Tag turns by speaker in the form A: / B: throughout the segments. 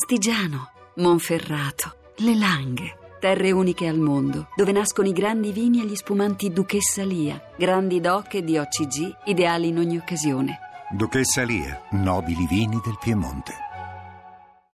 A: Astigiano, Monferrato, Le Langhe. Terre uniche al mondo, dove nascono i grandi vini e gli spumanti Duchessa Lia, grandi doc e di OCG, ideali in ogni occasione.
B: Duchessa Lia, nobili vini del Piemonte.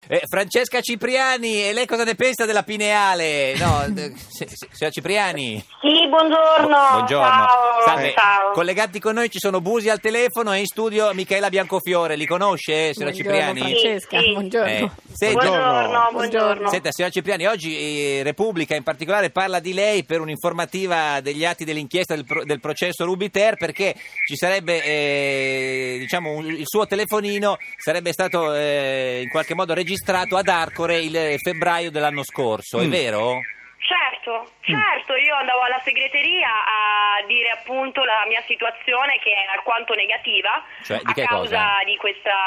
C: Eh, Francesca Cipriani, e lei cosa ne pensa della pineale? No, eh, si- si- signora Cipriani.
D: Sì, buongiorno.
C: Buongiorno.
D: Ciao.
C: Salve.
D: ciao.
C: Collegati con noi ci sono Busi al telefono e in studio Michela Biancofiore. Li conosce, eh, signora Cipriani?
E: Francesca,
D: Sì, sì.
E: buongiorno.
C: Eh, senta-
D: buongiorno,
E: Buongiorno.
D: buongiorno.
C: Senta, signora Cipriani, oggi eh, Repubblica in particolare parla di lei per un'informativa degli atti dell'inchiesta del, pro- del processo Rubiter perché ci sarebbe, eh, diciamo, un- il suo telefonino sarebbe stato eh, in qualche modo registrato ad Arcore il eh, febbraio dell'anno scorso, è vero?
D: Certo,
C: Mm.
D: certo, io andavo alla segreteria a dire appunto la mia situazione che è alquanto negativa
C: Cioè, di
D: a
C: che
D: causa
C: cosa?
D: di questa,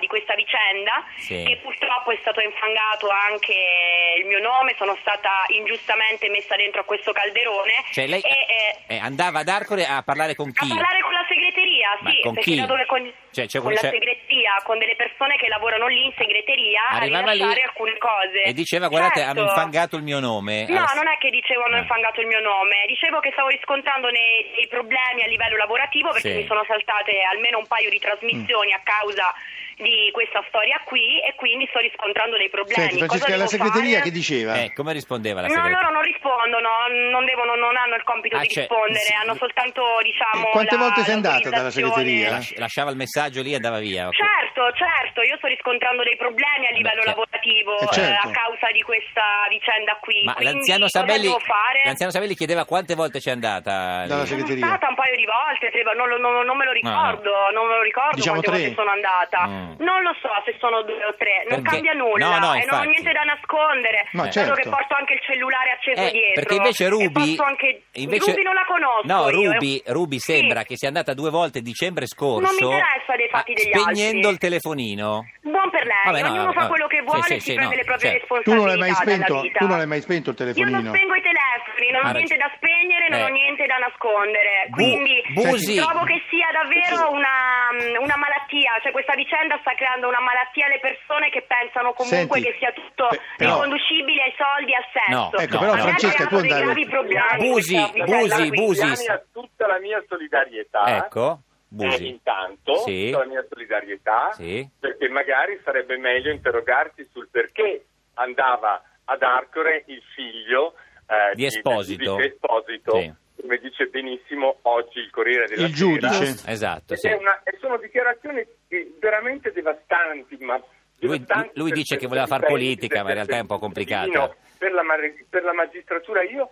D: di questa vicenda
C: Sì.
D: che purtroppo è stato infangato anche il mio nome, sono stata ingiustamente messa dentro a questo calderone
C: Cioè lei
D: e eh,
C: eh, andava ad Arcore a parlare con
D: A
C: chi?
D: parlare con la segreteria,
C: Ma
D: sì,
C: con
D: perché
C: chi?
D: dato che con,
C: Cioè, c'è
D: con
C: un-
D: la
C: c'è-
D: segreteria, con delle persone che lavorano lì in segreteria
C: Arrivava
D: a
C: lì
D: rilasciare alcune cose.
C: e diceva guardate
D: Certo.
C: hanno infangato il mio nome.
D: No,
C: Alla-
D: non è che dicevo hanno
C: Eh.
D: infangato il mio nome, dicevo che stavo riscontrando nei- dei problemi a livello lavorativo perché
C: Sì. Mm.
D: mi sono saltate almeno un paio di trasmissioni a causa di questa storia qui e quindi sto riscontrando dei problemi.
F: Senti,
D: Cosa
F: Francesca, è
D: devo
F: la segreteria
D: fare?
F: che diceva?
C: Eh, come rispondeva la
D: No,
C: segretaria?
D: loro non rispondono, non, devono, non hanno il compito
C: Ah,
D: di
C: cioè, sì.
D: rispondere, hanno soltanto, diciamo.
F: Quante
D: la-
F: volte sei andata dalla
D: l'autorizzazione.
F: segreteria?
C: Lasci- Lasciava il messaggio lì e andava via. ok.
D: Certo, certo, io sto riscontrando dei problemi a livello
C: Beh,
D: lavorativo
F: eh,
D: eh,
F: certo.
D: a causa di questa vicenda qui.
C: Ma
D: Quindi
C: l'anziano
D: cosa
C: Sabelli,
D: devo fare?
C: l'anziano Sabelli chiedeva quante volte c'è andata.
F: Dalla
C: lì.
F: seg-
D: Sono
F: segreteria.
D: stata un paio di volte, tre- non, lo- non- non me lo ricordo,
C: Ah.
D: non me lo ricordo
F: Diciamo
D: quante
F: tre.
D: volte sono andata.
C: Mm.
D: Non lo so se sono due o tre, non
C: Perché-
D: cambia nulla
C: no, no,
D: e non ho
C: infatti.
D: niente da nascondere.
F: Ma
D: È Solo
F: certo.
D: che porto anche il cellulare acceso
C: Eh,
D: dietro.
C: perché invece
D: e
C: Ruby,
D: posso anche-
C: invece-
D: Ruby non la conosco.
C: No,
D: io, eh.
C: Ruby, Ruby
D: Sì.
C: sembra che sia andata due volte dicembre scorso.
D: Non mi interessa dei fatti
C: ah,
D: degli
C: spegnendo
D: altri.
C: il telefonino.
D: Buon per lei,
C: Vabbè, no,
D: ognuno fa
C: vabbè.
D: quello che
C: Sì,
D: vuole
C: sì,
D: e si
C: sì,
D: prende
C: no,
D: le proprie
C: certo.
F: Tu non
D: responsabilità
F: l'hai mai
D: dalla
F: spento,
D: vita.
F: tu non l'hai mai spento il
D: Io non
F: telefonino.
D: spengo i telefoni,
C: Ha
D: non ho niente da
C: ragione.
D: spegnere, non
C: Eh.
D: ho niente da nascondere.
C: Bu-
D: Quindi
C: Busi.
D: trovo che sia davvero una, mm, una malattia, cioè questa vicenda sta creando una malattia alle persone che pensano comunque
F: Senti,
D: che sia tutto
F: pe- però-
D: riconducibile ai soldi e al
C: No,
D: sesso.
C: ecco,
D: Ma
C: però,
D: mi ha
F: Francesca, tu
D: creato dei
F: andavi-
D: gravi problemi
C: Busi,
D: questa vicenda
C: Busi,
D: qui.
C: Busi.
G: Damiani ha tutta la mia solidarietà.
C: Ecco, Busi.
G: Eh, intanto,
C: Sì.
G: tutta la mia solidarietà,
C: Sì.
G: perché magari sarebbe meglio interrogarsi sul perché andava ad Arcore il figlio eh,
C: Di Esposito.
G: di Esposito,
C: Sì.
G: come dice benissimo oggi il Corriere della
F: Il
G: Sera.
F: giudice.
C: Esatto,
G: Ed
C: sì.
G: è una- e sono dichiarazioni eh, veramente devastanti. Ma
C: Lui,
G: devastanti
C: lui
G: per-
C: dice che
G: per
C: voleva
G: tutti i
C: fare
G: paesi,
C: politica,
G: per-
C: ma in realtà è un po'
G: per- per-
C: complicata.
G: Per la, mar- per la magistratura, io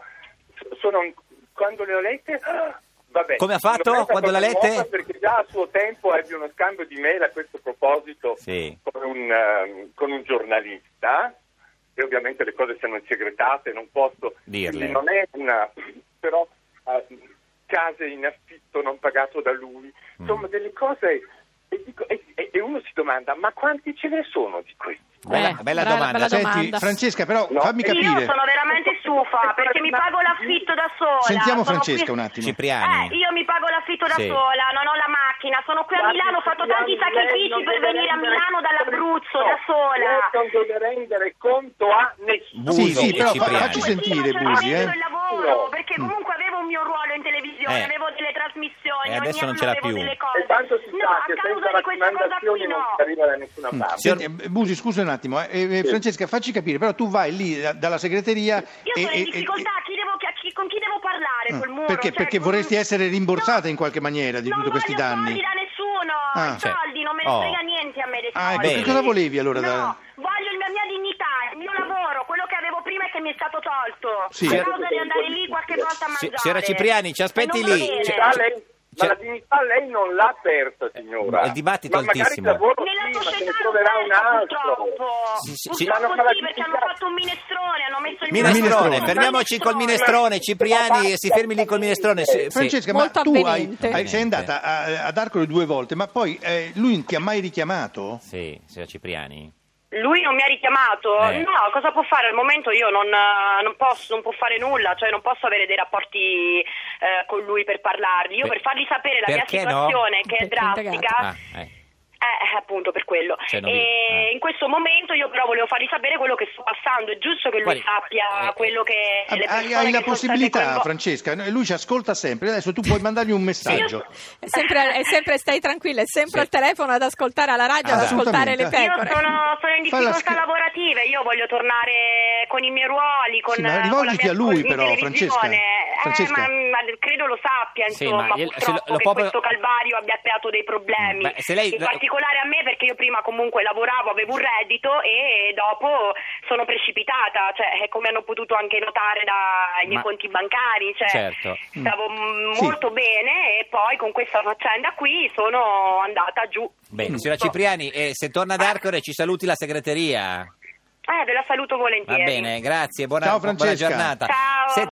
G: so- sono. un- Quando le ho lette. ah, Vabbè,
C: Come ha fatto?
G: Non è una
C: Quando
G: cosa
C: l'ha lette?
G: nuova, Perché già a suo tempo ebbe uno scambio di mail a questo proposito
C: Sì.
G: con, un, ehm, con un giornalista. E ovviamente le cose siano segretate, non posso
C: Dirle.
G: Non è una. però. ah, case in affitto non pagato da lui,
C: Mm.
G: insomma delle cose e, dico- e- e- e uno si domanda ma quanti ce ne sono di questi?
C: Bella,
E: Eh,
C: bella
E: bra-
C: domanda.
E: bella
C: Senti,
F: Senti,
E: domanda.
F: Francesca, però
G: No.
F: fammi
D: Io
F: capire.
D: sono veramente stufa perché mi pago l'affitto da sola.
F: Sentiamo
D: sono
F: Francesca
D: qui-
F: un attimo.
C: Cipriani.
D: Eh, io mi pago l'affitto da
C: Sì.
D: sola, non ho la macchina, sono qui Cioè, a
G: Guardi,
D: Milano, ho fatto
G: signora,
D: tanti
G: lei
D: sacrifici
G: non
D: per
G: deve
D: venire a
G: rendere
D: Milano dall'Abruzzo da sola.
G: Lei non deve rendere conto a nessuno.
F: Sì,
C: Busi
F: sì,
C: e
F: però fa-
C: Cipriani.
F: facci sentire,
D: Sì, ho
F: Busi,
D: finito
F: eh.
D: il lavoro,
G: No.
D: perché comunque avevo un mio ruolo in televisione,
C: Mm. Eh.
D: avevo delle trasmissioni,
C: E adesso non
D: ogni anno
C: ce l'ha
D: avevo
C: più.
D: delle
G: E
D: cose.
G: tanto si
D: no,
G: sa
D: a
G: che
D: causa di
G: senza
D: questa cosa qui
G: raccomandazioni non
D: no.
G: si arriva da nessuna
C: Mm.
G: parte.
F: Senti, eh, Busi, scusa un attimo, eh, eh,
G: Sì.
F: Francesca, facci capire, però tu vai lì da- dalla segreteria
D: Io
F: e,
D: sono in
F: e- e-
D: difficoltà, chi devo- chi- a chi- con chi devo parlare
F: Ah,
D: col muro?
F: perché,
D: Cioè,
F: perché
D: con-
F: vorresti essere rimborsata
D: No,
F: in qualche maniera di
D: non
F: tutti questi
D: voglio
F: danni.
D: soldi da nessuno,
F: Ah.
D: i
C: Cioè,
D: soldi, non me ne
C: oh.
D: frega niente a me dei
F: Ah, ecco,
D: soldi.
C: che
F: cosa volevi allora
D: No,
F: da-
D: voglio la mia dignità, il mio lavoro, quello che avevo prima e che mi è stato tolto.
F: Sì.
D: A causa di andare lì qualche volta a
C: Si-
D: mangiare.
C: signora Cipriani, ci aspetti
D: E non
C: lì. Cioè,
D: va bene.
C: C'è- c'è-
G: Ma lei- ma la dignità lei non l'ha persa, signora.
C: Eh, il dibattito
G: ma
C: è
G: magari
C: altissimo.
G: il lavoro
D: Nella
G: sì, ma se ne
D: società
G: troverà
D: non
G: un
D: pensa,
G: altro.
D: Purtroppo,
C: Sì, sì, sì.
D: purtroppo
G: Hanno
D: sì, perché hanno
G: fatto-
D: fatto un minestrone, hanno messo il
C: Minestrone,
F: Minestrone.
C: fermiamoci col minestrone, Cipriani, si fermi lì col minestrone. sì, sì.
F: Francesca,
E: Molto
F: ma tu hai,
E: avvenente.
F: hai- sei andata a- ad Arcole due volte, ma poi eh, lui non ti ha mai richiamato?
C: Sì, signora Cipriani.
D: Lui non mi ha richiamato?
C: Eh.
D: No, cosa può fare? Al momento io non, eh, non posso, non può fare nulla, cioè non posso avere dei rapporti eh, con lui per parlargli. Io
C: Per-
D: per fargli sapere la mia
C: perché no?
D: situazione, che è
E: Perché è indagato.
D: drastica,
C: Ah, eh.
D: Eh, appunto per quello.
C: Cioè, non
D: e
C: vi- eh.
D: in questo momento io però volevo fargli sapere quello che sto passando, è giusto che lui
C: Guardi,
D: sappia
C: eh,
D: quello che le
F: Hai,
D: persone che
F: hai la
D: sono state
F: possibilità,
D: coinvol-
F: Francesca, no, lui ci ascolta sempre, adesso tu puoi mandargli un messaggio.
E: È sempre, è sempre- stai tranquilla, è sempre
C: Sì.
E: al telefono ad ascoltare alla radio, ad ascoltare
F: Assolutamente.
D: Io
E: le
C: Ecco,
E: pecore.
D: sono, sono in
F: Fai la
D: difficoltà
F: schi-
D: lavorative, io voglio tornare con i miei ruoli, con,
F: Sì, ma
D: con la
F: rivolgiti
D: mia-
F: a lui
D: in
F: però,
D: televisione.
F: Francesca.
D: Eh,
F: Francesca.
D: ma, ma credo lo sappia,
C: Sì,
D: insomma,
C: ma io- se lo-
D: purtroppo
C: lo
D: che
C: può-
D: questo calvario abbia creato dei problemi.
C: Ma se lei-
D: In particolare a me perché io prima comunque lavoravo, avevo un reddito e dopo sono precipitata, cioè, come hanno potuto anche notare dai miei
C: Ma-
D: conti bancari, cioè,
C: Certo.
D: stavo mm,
F: Sì.
D: molto bene e poi con questa faccenda qui sono andata giù.
C: Bene, signora Cipriani, eh, se torna ad Arcore ci saluti la segreteria.
D: Eh, ve la saluto
C: Va
D: volentieri.
C: bene, grazie, buona,
F: Ciao,
C: buona
F: Francesca.
C: giornata.
D: Ciao.
C: Se